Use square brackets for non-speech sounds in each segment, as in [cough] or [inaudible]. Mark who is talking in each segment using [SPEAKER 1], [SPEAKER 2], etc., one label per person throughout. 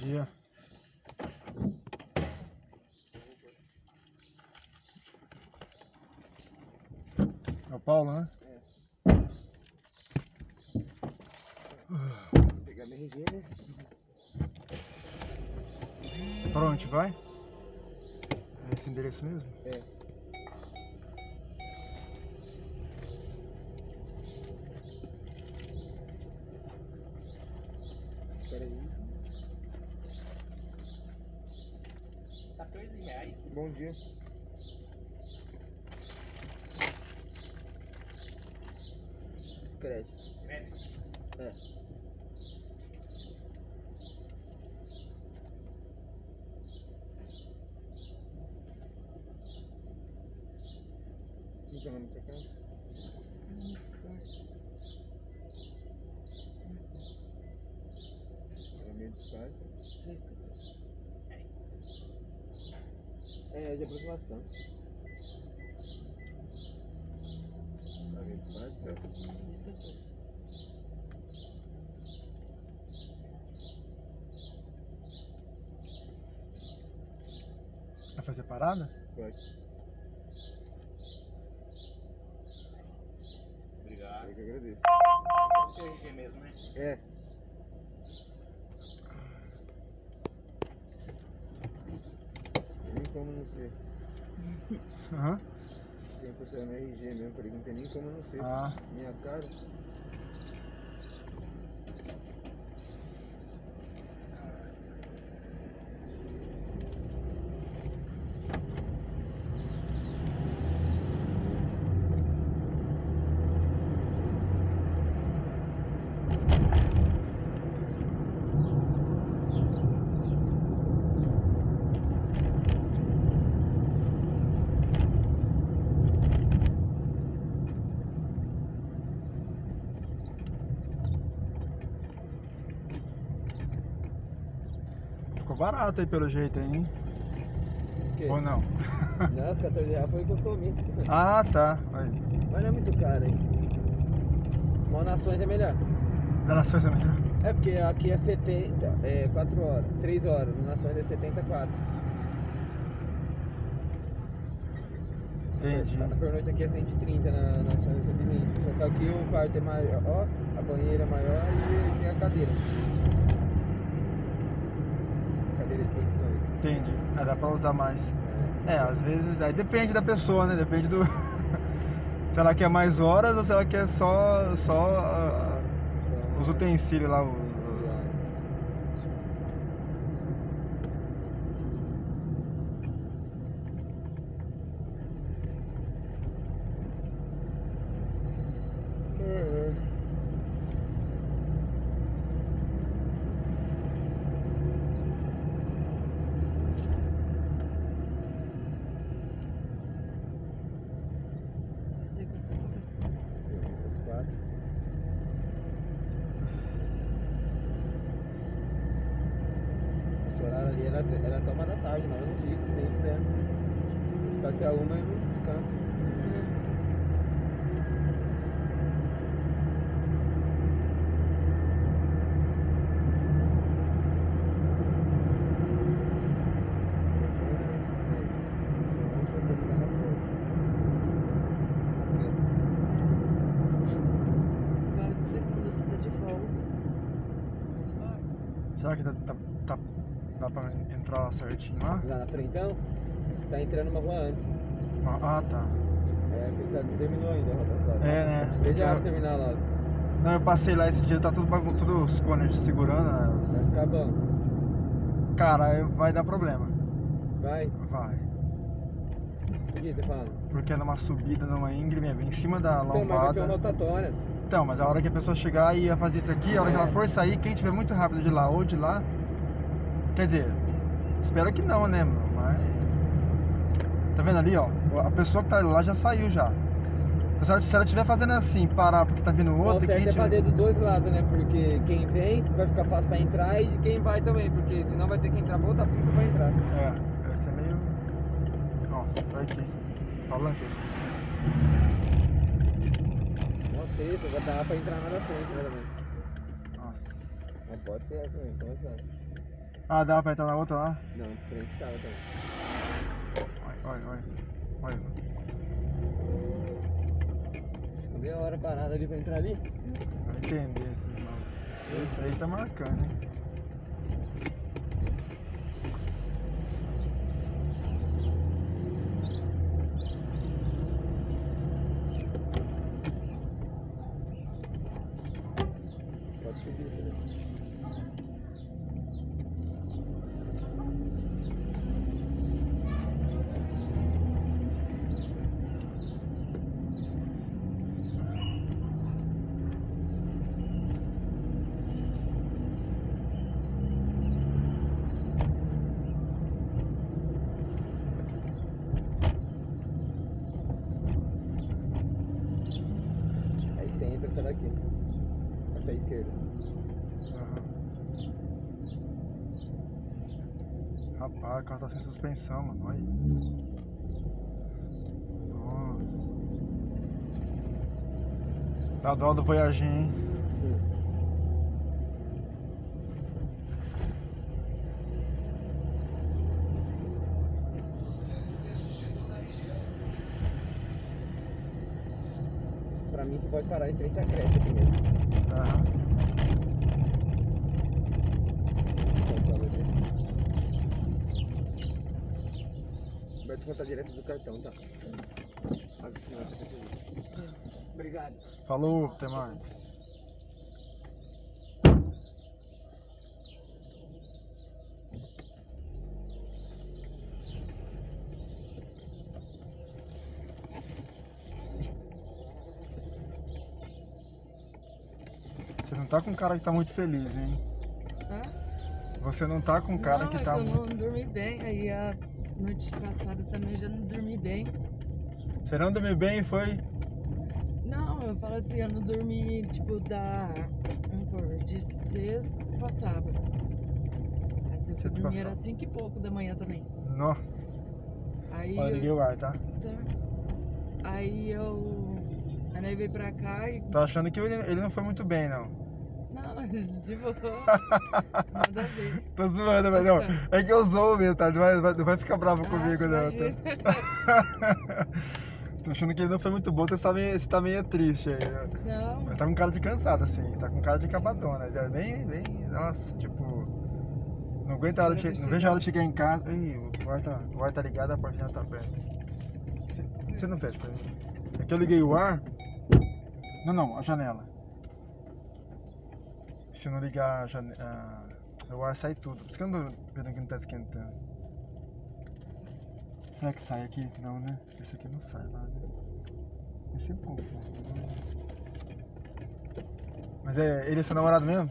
[SPEAKER 1] dia. É o Paulo, né?
[SPEAKER 2] Vou pegar minha RG, né?
[SPEAKER 1] Pra onde vai? É esse endereço mesmo?
[SPEAKER 2] Espera aí.
[SPEAKER 3] 14 reais.
[SPEAKER 2] Bom dia. Crédito.
[SPEAKER 3] Crédito.
[SPEAKER 2] Como que é o nome dessa casa? Era meio distante. É, de aproximação. Era meio distante, certo?
[SPEAKER 1] Vai fazer parada?
[SPEAKER 2] Pode.
[SPEAKER 3] Obrigado.
[SPEAKER 2] Eu que agradeço.
[SPEAKER 3] É o seu RG mesmo, né?
[SPEAKER 2] É. Eu nem como não sei.
[SPEAKER 1] Aham.
[SPEAKER 2] Tem que ser no RG mesmo, falei, não tem nem como não ser.
[SPEAKER 1] Ah.
[SPEAKER 2] Minha cara.
[SPEAKER 1] Ficou barato aí pelo jeito aí, hein?
[SPEAKER 2] O quê?
[SPEAKER 1] Ou não? [laughs]
[SPEAKER 2] Não, os 14 reais foi o que eu comi.
[SPEAKER 1] ah, tá. Aí.
[SPEAKER 2] Mas não é muito caro aí. Monações é melhor.
[SPEAKER 1] Danações é melhor.
[SPEAKER 2] É porque aqui é 70, é 4 horas, 3 horas, Monações é 74.
[SPEAKER 1] Entendi.
[SPEAKER 2] A por noite aqui é 130 na Nações é 120. Só que aqui o quarto é maior, ó, a banheira é maior e tem a cadeira. Cadeira de É, condições.
[SPEAKER 1] Entendi. Aí dá pra usar mais. É, às vezes. Aí depende da pessoa, né? Depende do. [laughs] se ela quer mais horas ou se ela quer só. só ah, os utensílios lá. o-
[SPEAKER 2] Esse horário ali era, era até uma da tarde, mas eu não fico, nem fudendo. Fico até a uma e não descanso.
[SPEAKER 4] Claro que você quando você tá de folga.
[SPEAKER 1] Será que dá, tá, tá- dá pra entrar lá certinho lá?
[SPEAKER 2] Lá na frentão, tá entrando uma rua antes.
[SPEAKER 1] Ah, tá.
[SPEAKER 2] É, porque tá- não terminou ainda a rotatória.
[SPEAKER 1] É, né?
[SPEAKER 2] Veja ela terminar logo.
[SPEAKER 1] Não, eu passei lá esse dia, tá tudo bagun... todos os cones segurando.
[SPEAKER 2] Vai
[SPEAKER 1] As...
[SPEAKER 2] ficar bom.
[SPEAKER 1] Cara, aí vai dar problema.
[SPEAKER 2] Vai.
[SPEAKER 1] Vai.
[SPEAKER 2] O que você fala?
[SPEAKER 1] Porque é numa subida, numa íngreme, é bem em cima da
[SPEAKER 2] Então, mas vai ser uma
[SPEAKER 1] lombada.
[SPEAKER 2] rotatória.
[SPEAKER 1] Então, mas a hora que a pessoa chegar e ia fazer isso aqui, a hora que ela
[SPEAKER 2] É.
[SPEAKER 1] for sair, quem tiver muito rápido de lá ou de lá. Quer dizer, espero que não, né, mano? Mas. Tá vendo ali, ó? A pessoa que tá lá já saiu já. Então, se ela- se ela estiver fazendo assim, parar porque tá vindo
[SPEAKER 2] Bom, O
[SPEAKER 1] outra, quem
[SPEAKER 2] certo é
[SPEAKER 1] tiver-
[SPEAKER 2] fazer dos dois lados, né? Porque quem vem vai ficar fácil pra entrar e de quem vai também, porque senão vai ter que entrar pra outra pista pra entrar.
[SPEAKER 1] É, vai ser meio. Nossa, sai aqui. Falando que é isso.
[SPEAKER 2] Uma treta, vai dar pra entrar lá na frente, né? também.
[SPEAKER 1] Nossa.
[SPEAKER 2] Mas pode ser essa também, então é só.
[SPEAKER 1] Ah, dá pra entrar na outra lá?
[SPEAKER 2] Não, de frente tava também.
[SPEAKER 1] Olha, olha, olha. Olha.
[SPEAKER 2] Ficou meia hora parada ali pra entrar ali.
[SPEAKER 1] Vai entender esses malucos. Esse aí tá marcando, hein?
[SPEAKER 2] Pode subir. né? Aí você entra e sai daqui. Essa é a esquerda.
[SPEAKER 1] Aham. Rapaz, o carro tá sem suspensão, mano. Olha aí. Nossa. Tá do lado do Voyager, hein?
[SPEAKER 2] Pra mim, você pode parar em frente à creche aqui mesmo.
[SPEAKER 1] Aham.
[SPEAKER 2] Vai descontar direto do cartão, tá? Mas isso não é pra fazer. Obrigado.
[SPEAKER 1] Falou, até mais. Você não tá com um cara que tá muito feliz, hein?
[SPEAKER 4] Hã?
[SPEAKER 1] Você não tá com um cara
[SPEAKER 4] não,
[SPEAKER 1] que
[SPEAKER 4] é
[SPEAKER 1] tá
[SPEAKER 4] eu
[SPEAKER 1] muito.
[SPEAKER 4] não dormi bem. Aí a noite passada também já não dormi bem.
[SPEAKER 1] Você não dormiu bem, foi?
[SPEAKER 4] Não, eu falo assim, eu não dormi, tipo, da. Vamos pôr, de sexta pra sábado. Aí eu
[SPEAKER 1] Sexta
[SPEAKER 4] fui
[SPEAKER 1] pra
[SPEAKER 4] dormir era
[SPEAKER 1] sábado.
[SPEAKER 4] cinco e pouco da manhã também.
[SPEAKER 1] Nossa.
[SPEAKER 4] Aí
[SPEAKER 1] Olha,
[SPEAKER 4] eu-
[SPEAKER 1] liguei o ar, tá?
[SPEAKER 4] tá. Aí eu. Aí eu veio pra cá e.
[SPEAKER 1] Tô achando que ele, ele não foi muito bem, não. [laughs]
[SPEAKER 4] Não, [laughs] de boa. Nada a ver.
[SPEAKER 1] Tô zoando, mas não. É que eu zoo mesmo, tá? Não vai, vai- não vai ficar bravo
[SPEAKER 4] Ah,
[SPEAKER 1] comigo, não. tá?
[SPEAKER 4] imagina.
[SPEAKER 1] [laughs] Tô achando que ele não foi muito bom, então você tá meio, você tá meio triste aí. né?
[SPEAKER 4] Não,
[SPEAKER 1] Mas tá com cara de cansado, assim, tá com cara de cabadona. Já bem, bem, nossa, tipo. Não aguenta a hora de che- Não vejo a hora de chegar em casa. Ih, o ar tá, o ar tá ligado, a portinha tá aberta. Você- Você não fecha pra mim. É que eu liguei o ar. Não, não, a janela. Se eu não ligar a janela. O ar sai tudo. Por isso que eu não tô vendo que não tá esquentando. Será que sai aqui? Não, né? Esse aqui não sai lá, né? é Eu sempre confundo. Mas é, ele é seu namorado mesmo?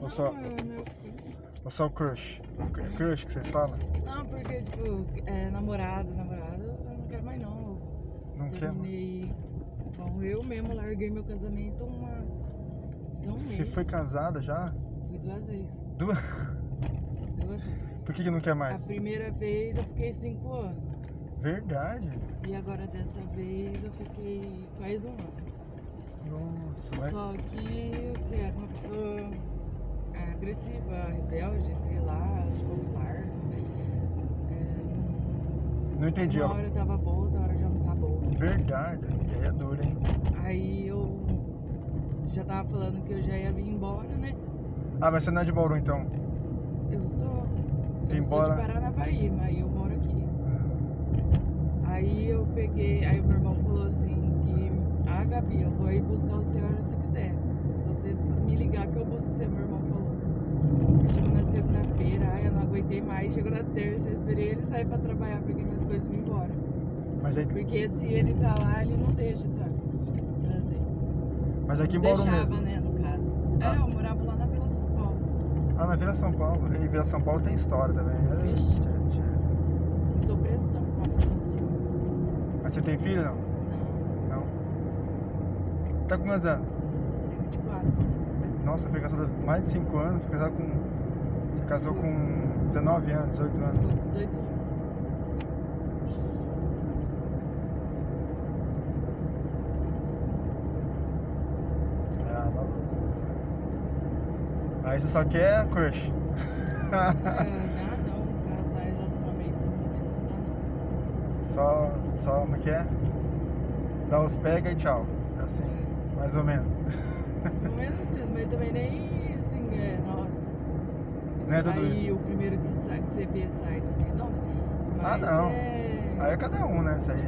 [SPEAKER 1] Ou só,
[SPEAKER 4] não, é meu filho.
[SPEAKER 1] ou só o crush? É crush que vocês falam?
[SPEAKER 4] Não, porque, tipo, é, namorado, namorado, eu não quero mais não.
[SPEAKER 1] Não
[SPEAKER 4] Eu
[SPEAKER 1] quer? mano?
[SPEAKER 4] terminei. Bom, eu mesmo larguei meu casamento há umas. há um
[SPEAKER 1] Você
[SPEAKER 4] mês.
[SPEAKER 1] foi casada já?
[SPEAKER 4] Fui duas vezes.
[SPEAKER 1] Duas? [laughs]
[SPEAKER 4] Duas vezes.
[SPEAKER 1] Por que, que não quer
[SPEAKER 4] A
[SPEAKER 1] mais?
[SPEAKER 4] primeira vez eu fiquei cinco anos.
[SPEAKER 1] Verdade.
[SPEAKER 4] E agora dessa vez eu fiquei quase um ano.
[SPEAKER 1] Nossa, vai.
[SPEAKER 4] Só que eu quero uma pessoa é, agressiva, rebelde, sei lá, popular. É,
[SPEAKER 1] Não entendi,
[SPEAKER 4] uma
[SPEAKER 1] ó.
[SPEAKER 4] hora eu tava boa, outra hora já não tá boa.
[SPEAKER 1] Verdade. Aí é duro, hein?
[SPEAKER 4] Aí eu já tava falando que eu já ia vir embora, né?
[SPEAKER 1] Ah, mas você não é de Bauru então?
[SPEAKER 4] Eu sou.
[SPEAKER 1] Vim
[SPEAKER 4] Eu
[SPEAKER 1] embora. Ah,
[SPEAKER 4] sou de Paranavaí, mas eu moro aqui. Aí eu peguei, aí meu irmão falou assim que, ah Gabi, eu vou aí buscar o senhor se quiser. Você me ligar que eu busco você, meu irmão falou. Aí Chegou na segunda-feira, ai eu não aguentei mais, chegou na terça, eu esperei ele sair pra trabalhar, peguei minhas coisas e vim embora.
[SPEAKER 1] Mas, aí,
[SPEAKER 4] Porque se ele tá lá, ele não deixa, sabe? Trazer.
[SPEAKER 1] mas aqui em Bauru
[SPEAKER 4] Deixava,
[SPEAKER 1] mesmo.
[SPEAKER 4] né, no caso.
[SPEAKER 1] Ah.
[SPEAKER 4] É, eu morava lá na Vila São Paulo.
[SPEAKER 1] Ah, na Vila São Paulo. E Vila São Paulo tem história também. É,
[SPEAKER 4] Vixe.
[SPEAKER 1] tchê, tchê.
[SPEAKER 4] Tô pressão, uma opção só.
[SPEAKER 1] Mas você tem filho não?
[SPEAKER 4] Não,
[SPEAKER 1] Você tá com quantos anos?
[SPEAKER 4] tem 24.
[SPEAKER 1] Nossa, foi casada com mais de 5 anos, foi casada com. Você casou com 19 anos, 18 anos.
[SPEAKER 4] tô com 18 anos.
[SPEAKER 1] Ah, maluco. Aí você só quer crush.
[SPEAKER 4] É, ah, não, casar e relacionamento no momento não dá, não.
[SPEAKER 1] [laughs] só, só, como é que é? Dá os pega e tchau. É Assim, mais ou menos.
[SPEAKER 4] Pelo menos mesmo, mas também nem assim, é, nossa.
[SPEAKER 1] Não é todo-
[SPEAKER 4] Aí o primeiro que, sai, que você vê sai, assim, não. Mas
[SPEAKER 1] Ah, não.
[SPEAKER 4] É,
[SPEAKER 1] Aí é cada um, né? Isso aí.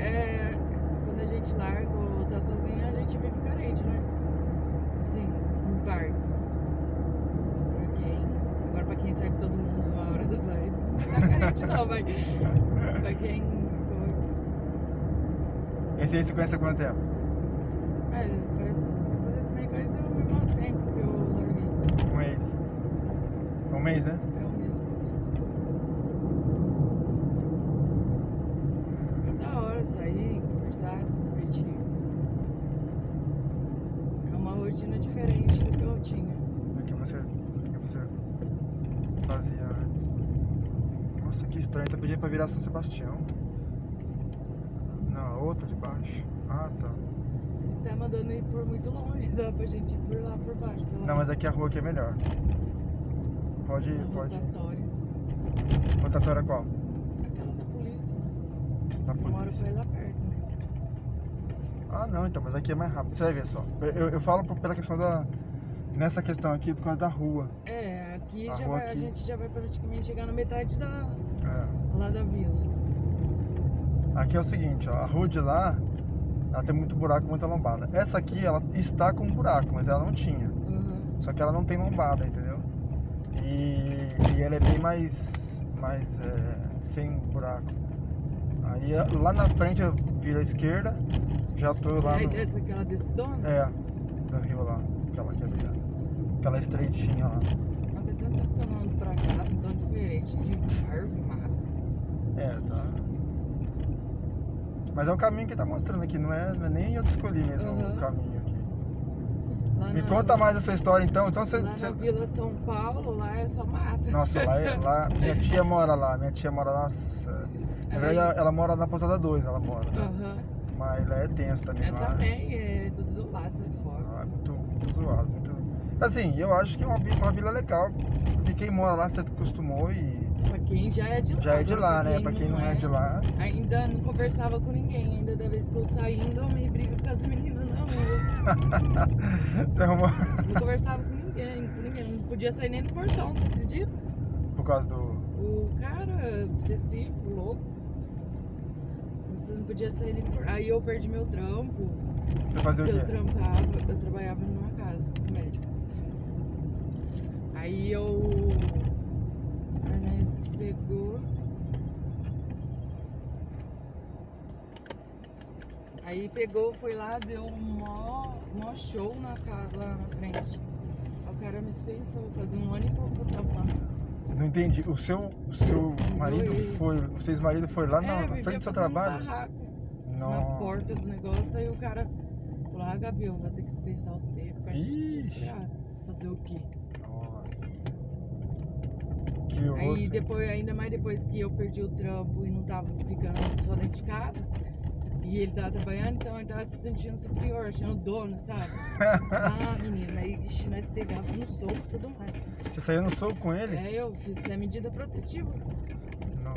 [SPEAKER 1] é-
[SPEAKER 4] Tipo, é, quando a gente larga ou tá sozinha, a gente vive carente, né? Assim, em partes. Pra quem. Agora pra quem sai com todo mundo uma hora [laughs] sai. Não tá carente não, mas. Pra quem. foi-
[SPEAKER 1] Esse aí você conhece há quanto tempo?
[SPEAKER 4] Ah, foi foi fazer também coisa ao mesmo um tempo que eu larguei.
[SPEAKER 1] Um mês. Um mês, né?
[SPEAKER 4] É o mesmo. É da hora sair, conversar, se divertir. É uma rotina diferente do que eu tinha.
[SPEAKER 1] O que você, o que você fazia antes. Nossa, que estranho. Tá pedindo pra virar São Sebastião. Não, a outra de baixo. Ah, tá.
[SPEAKER 4] Tá mandando ir por muito longe, [laughs] dá pra gente ir por lá por baixo. Pela
[SPEAKER 1] Não, mas aqui a rua aqui é melhor. Pode,
[SPEAKER 4] pela
[SPEAKER 1] pode.
[SPEAKER 4] rotatória.
[SPEAKER 1] Rotatória qual?
[SPEAKER 4] Aquela da polícia.
[SPEAKER 1] Da
[SPEAKER 4] Eu moro
[SPEAKER 1] polícia.
[SPEAKER 4] pra ir lá perto, né?
[SPEAKER 1] Ah, não, então, mas aqui é mais rápido. Você vai ver só. Eu, eu, eu falo por- pela questão da. Nessa questão aqui, por causa da rua.
[SPEAKER 4] É, aqui,
[SPEAKER 1] A
[SPEAKER 4] já
[SPEAKER 1] rua
[SPEAKER 4] vai- a
[SPEAKER 1] aqui.
[SPEAKER 4] gente já vai praticamente chegar na metade da,
[SPEAKER 1] É.
[SPEAKER 4] lá da vila.
[SPEAKER 1] Aqui é o seguinte, ó. A rua de lá, ela tem muito buraco, muita lombada. Essa aqui, ela está com buraco, mas ela não tinha.
[SPEAKER 4] Uhum.
[SPEAKER 1] Só que ela não tem lombada, entendeu? E, e ela é bem mais. mais. é, sem buraco. Aí é, lá na frente eu viro à esquerda, já tô lá.
[SPEAKER 4] Aí
[SPEAKER 1] No,
[SPEAKER 4] desce aquela descidona?
[SPEAKER 1] é, no rio lá. Aquela, aquela estreitinha lá.
[SPEAKER 4] A Betânia tá falando pra cá, tá tão diferente de árvore, mato.
[SPEAKER 1] É, tá. Mas é o caminho que tá mostrando aqui, não é, não é nem eu que escolhi mesmo
[SPEAKER 4] Uhum.
[SPEAKER 1] o caminho aqui.
[SPEAKER 4] Lá
[SPEAKER 1] Me
[SPEAKER 4] na-
[SPEAKER 1] conta mais a sua história então. Então você.
[SPEAKER 4] Lá na Vila São Paulo, lá é só mato.
[SPEAKER 1] Nossa, lá,
[SPEAKER 4] [laughs]
[SPEAKER 1] é- lá. Minha tia mora lá. Minha tia mora lá. s- Na verdade, ela, ela mora na Pousada 2, ela mora. né?
[SPEAKER 4] é- Aham.
[SPEAKER 1] Mas lá é tenso também.
[SPEAKER 4] É
[SPEAKER 1] Lá,
[SPEAKER 4] também, é tudo isolado, sai fora.
[SPEAKER 1] lá é muito, muito zoado. Muito... Assim, eu acho que é uma, vi- uma vila legal. Porque quem mora lá se acostumou e
[SPEAKER 4] Pra quem já é de lá.
[SPEAKER 1] já é de
[SPEAKER 4] agora
[SPEAKER 1] lá, né? Pra quem não é de lá.
[SPEAKER 4] Ainda não conversava com ninguém, ainda da vez que eu saí, ainda arrumei briga com as meninas na rua.
[SPEAKER 1] Você arrumou.
[SPEAKER 4] Não conversava com ninguém, com ninguém. Não podia sair nem no portão, você acredita?
[SPEAKER 1] [laughs] Por causa do.
[SPEAKER 4] O cara obsessivo, louco. Você não podia sair nem no portão. Aí eu perdi meu trampo.
[SPEAKER 1] Você fazia o
[SPEAKER 4] Eu
[SPEAKER 1] quê?
[SPEAKER 4] trampava, eu trabalhava numa casa do médico. Aí eu. Aí nós pegou. Aí pegou, foi lá, deu um mó, mó show na casa lá na frente. Aí o cara me dispensou, fazia um ano e pouco que eu tava lá.
[SPEAKER 1] Não entendi. O seu, o seu marido
[SPEAKER 4] Dois.
[SPEAKER 1] foi. O seu ex-marido foi lá na,
[SPEAKER 4] É,
[SPEAKER 1] na
[SPEAKER 4] vivia
[SPEAKER 1] frente do seu
[SPEAKER 4] fazendo
[SPEAKER 1] trabalho?
[SPEAKER 4] barraco. na
[SPEAKER 1] Não.
[SPEAKER 4] porta do negócio, aí o cara falou, ah, Gabi, eu vou ter que dispensar você, por causa disso. Eu falei,
[SPEAKER 1] Ixi.
[SPEAKER 4] "Ah, fazer o quê?
[SPEAKER 1] Nossa. Que
[SPEAKER 4] Aí
[SPEAKER 1] osso.
[SPEAKER 4] depois, ainda mais depois que eu perdi o trampo e não tava ficando só dentro de casa, e ele tava trabalhando, então ele tava se sentindo superior, achando dono, sabe?
[SPEAKER 1] [laughs]
[SPEAKER 4] ah, menina, aí ixi, nós pegava no soco e tudo mais.
[SPEAKER 1] Você saiu no soco com ele?
[SPEAKER 4] É, eu fiz a medida protetiva.
[SPEAKER 1] Não.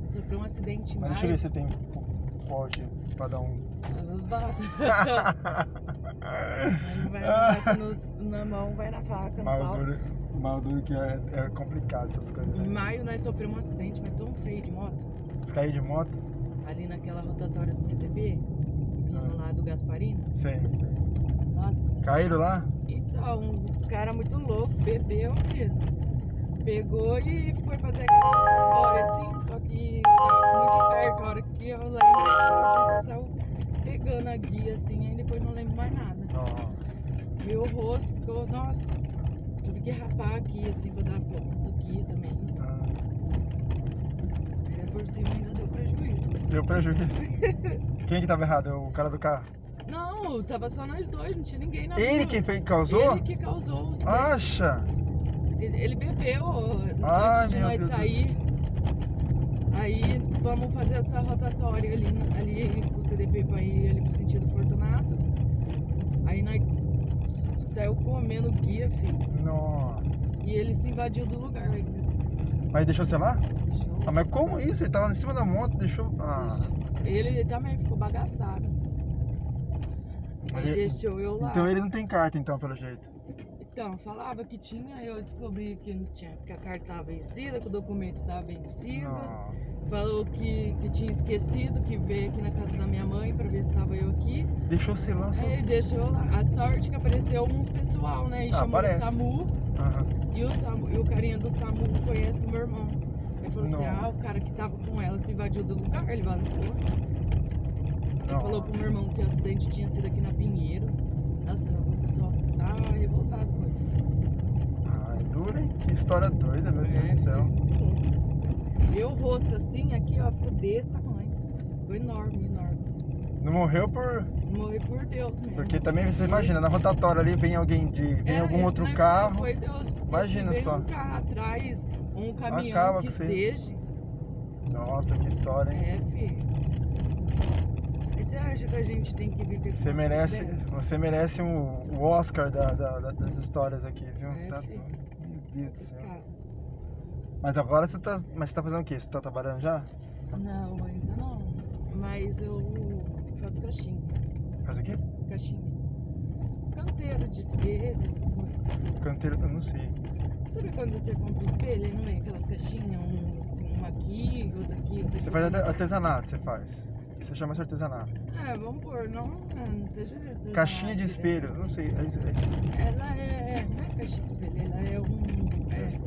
[SPEAKER 4] Eu sofri um acidente em
[SPEAKER 1] Mas
[SPEAKER 4] maio.
[SPEAKER 1] deixa eu ver se tem po- pote pra dar um.
[SPEAKER 4] eu bato.
[SPEAKER 1] [laughs]
[SPEAKER 4] Aí vai bate nos- na mão, vai na faca, no
[SPEAKER 1] mal,
[SPEAKER 4] um pau.
[SPEAKER 1] duro, mal duro que é, é complicado essas coisas.
[SPEAKER 4] Em
[SPEAKER 1] Né?
[SPEAKER 4] maio nós sofremos um acidente, mas tão feio de moto,
[SPEAKER 1] Se cair de moto,
[SPEAKER 4] ali naquela rotatória do CTB,
[SPEAKER 1] Ah.
[SPEAKER 4] vindo lá do Gasparino.
[SPEAKER 1] sei, sei.
[SPEAKER 4] Nossa.
[SPEAKER 1] Caíram lá?
[SPEAKER 4] Então, um cara muito louco, bebeu, menino. Pegou e foi fazer aquela hora assim, só que tava muito perto. A hora que eu lembro, a gente só saiu pegando a guia assim, aí depois não lembro mais nada.
[SPEAKER 1] Não.
[SPEAKER 4] Meu rosto ficou, nossa, tive que rapar aqui assim pra dar a volta aqui também.
[SPEAKER 1] Ah,
[SPEAKER 4] Aí, Por cima ainda deu prejuízo.
[SPEAKER 1] Deu
[SPEAKER 4] [laughs]
[SPEAKER 1] prejuízo. Quem que tava errado? O cara do carro?
[SPEAKER 4] Não, tava só nós dois, não tinha ninguém na
[SPEAKER 1] Ele
[SPEAKER 4] rua.
[SPEAKER 1] que fez, causou? Ah,
[SPEAKER 4] Ele que causou o acidente.
[SPEAKER 1] Acha!
[SPEAKER 4] Ele ele bebeu
[SPEAKER 1] Ai,
[SPEAKER 4] antes de
[SPEAKER 1] meu
[SPEAKER 4] nós
[SPEAKER 1] Deus do
[SPEAKER 4] sair. Aí vamos fazer essa rotatória ali, ali pro CDP pra ir ali pro sentido Fortunato. Aí nós saiu comendo guia, filho.
[SPEAKER 1] Nossa.
[SPEAKER 4] ele se invadiu do lugar. Ele
[SPEAKER 1] Mas deixou você lá?
[SPEAKER 4] deixou.
[SPEAKER 1] Ah, mas como isso? Ele tava em cima da moto, deixou. Ah,
[SPEAKER 4] Ele também ficou bagaçado. assim.
[SPEAKER 1] Mas
[SPEAKER 4] Ele
[SPEAKER 1] ele-
[SPEAKER 4] deixou eu lá.
[SPEAKER 1] então ele não tem carta, então, pelo jeito.
[SPEAKER 4] Então, falava que tinha, eu descobri que não tinha, porque a carta estava vencida, que o documento estava vencido.
[SPEAKER 1] Nossa.
[SPEAKER 4] Falou que, que tinha esquecido, que veio aqui na casa da minha mãe pra ver se estava eu aqui.
[SPEAKER 1] Deixou você lá
[SPEAKER 4] Aí ele
[SPEAKER 1] sozinho.
[SPEAKER 4] deixou lá. A sorte que apareceu uns pessoal, né? E
[SPEAKER 1] Ah,
[SPEAKER 4] chamou
[SPEAKER 1] parece.
[SPEAKER 4] o SAMU.
[SPEAKER 1] Aham.
[SPEAKER 4] E o, Samu, e o carinha do SAMU conhece o meu irmão. Ele falou assim:
[SPEAKER 1] Nossa.
[SPEAKER 4] ah, o cara que tava com ela se invadiu do lugar, ele vazou.
[SPEAKER 1] Não.
[SPEAKER 4] Falou pro meu irmão que o acidente tinha sido aqui na Pinheiro. Nossa, o pessoal tá revoltado com ele.
[SPEAKER 1] Ai, dura, hein? Que história doida, meu Deus
[SPEAKER 4] É,
[SPEAKER 1] do céu.
[SPEAKER 4] fiquei muito louca. Meu rosto assim, aqui ó, ficou desse tamanho. Ficou enorme, enorme.
[SPEAKER 1] Não morreu por.
[SPEAKER 4] Morri por Deus mesmo.
[SPEAKER 1] Porque também você
[SPEAKER 4] E-
[SPEAKER 1] imagina, na rotatória ali vem alguém de. vem
[SPEAKER 4] É,
[SPEAKER 1] algum
[SPEAKER 4] esse
[SPEAKER 1] outro
[SPEAKER 4] negócio
[SPEAKER 1] carro.
[SPEAKER 4] Foi Deus, porque
[SPEAKER 1] Imagina
[SPEAKER 4] se vem
[SPEAKER 1] só.
[SPEAKER 4] um carro atrás, um caminhão
[SPEAKER 1] Acaba
[SPEAKER 4] que
[SPEAKER 1] com você.
[SPEAKER 4] seja.
[SPEAKER 1] Nossa, que história, hein?
[SPEAKER 4] É, filho. E você acha que a gente tem que viver com né?
[SPEAKER 1] Você
[SPEAKER 4] uma
[SPEAKER 1] merece,
[SPEAKER 4] dessa?
[SPEAKER 1] você merece um, o Oscar da- da- da- das histórias aqui, viu?
[SPEAKER 4] É,
[SPEAKER 1] Tá-
[SPEAKER 4] filho.
[SPEAKER 1] Meu Deus do céu.
[SPEAKER 4] Cara,
[SPEAKER 1] Mas agora você tá. Mas você tá fazendo o quê? Você tá trabalhando já?
[SPEAKER 4] não, ainda não. Mas eu faço caixinha.
[SPEAKER 1] Faz o quê?
[SPEAKER 4] Caixinha. Canteiro de espelho, essas coisas.
[SPEAKER 1] Canteiro, eu não sei.
[SPEAKER 4] Sabe quando você compra espelho e não vem aquelas caixinhas? Um, assim, um aqui, outro aqui. outro
[SPEAKER 1] Você faz
[SPEAKER 4] aqui?
[SPEAKER 1] arte- artesanato, você faz. Você chama isso de artesanato.
[SPEAKER 4] É, vamos pôr, não, não seja. né? artesanal,
[SPEAKER 1] Caixinha de
[SPEAKER 4] direto.
[SPEAKER 1] espelho, não sei. é- é-
[SPEAKER 4] Ela é. Não é caixinha de espelho, ela é um. É,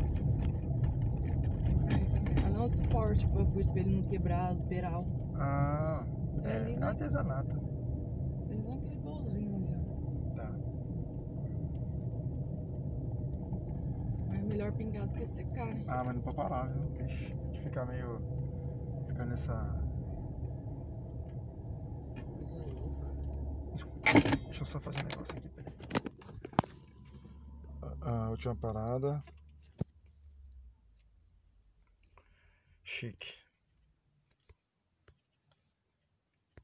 [SPEAKER 4] ela é um suporte para o espelho não quebrar os beiral.
[SPEAKER 1] Ah,
[SPEAKER 4] É
[SPEAKER 1] é,
[SPEAKER 4] ali,
[SPEAKER 1] é
[SPEAKER 4] né?
[SPEAKER 1] artesanato.
[SPEAKER 4] Ele não é aquele bolzinho ali, ó.
[SPEAKER 1] Tá.
[SPEAKER 4] Mas é melhor pingar do que secar, né?
[SPEAKER 1] Ah, mas não pode parar, viu? Vixe, a gente fica meio. Fica nessa.
[SPEAKER 4] Coisa louca.
[SPEAKER 1] Deixa eu só fazer um negócio aqui, peraí. Ah, A- A última parada. Chique.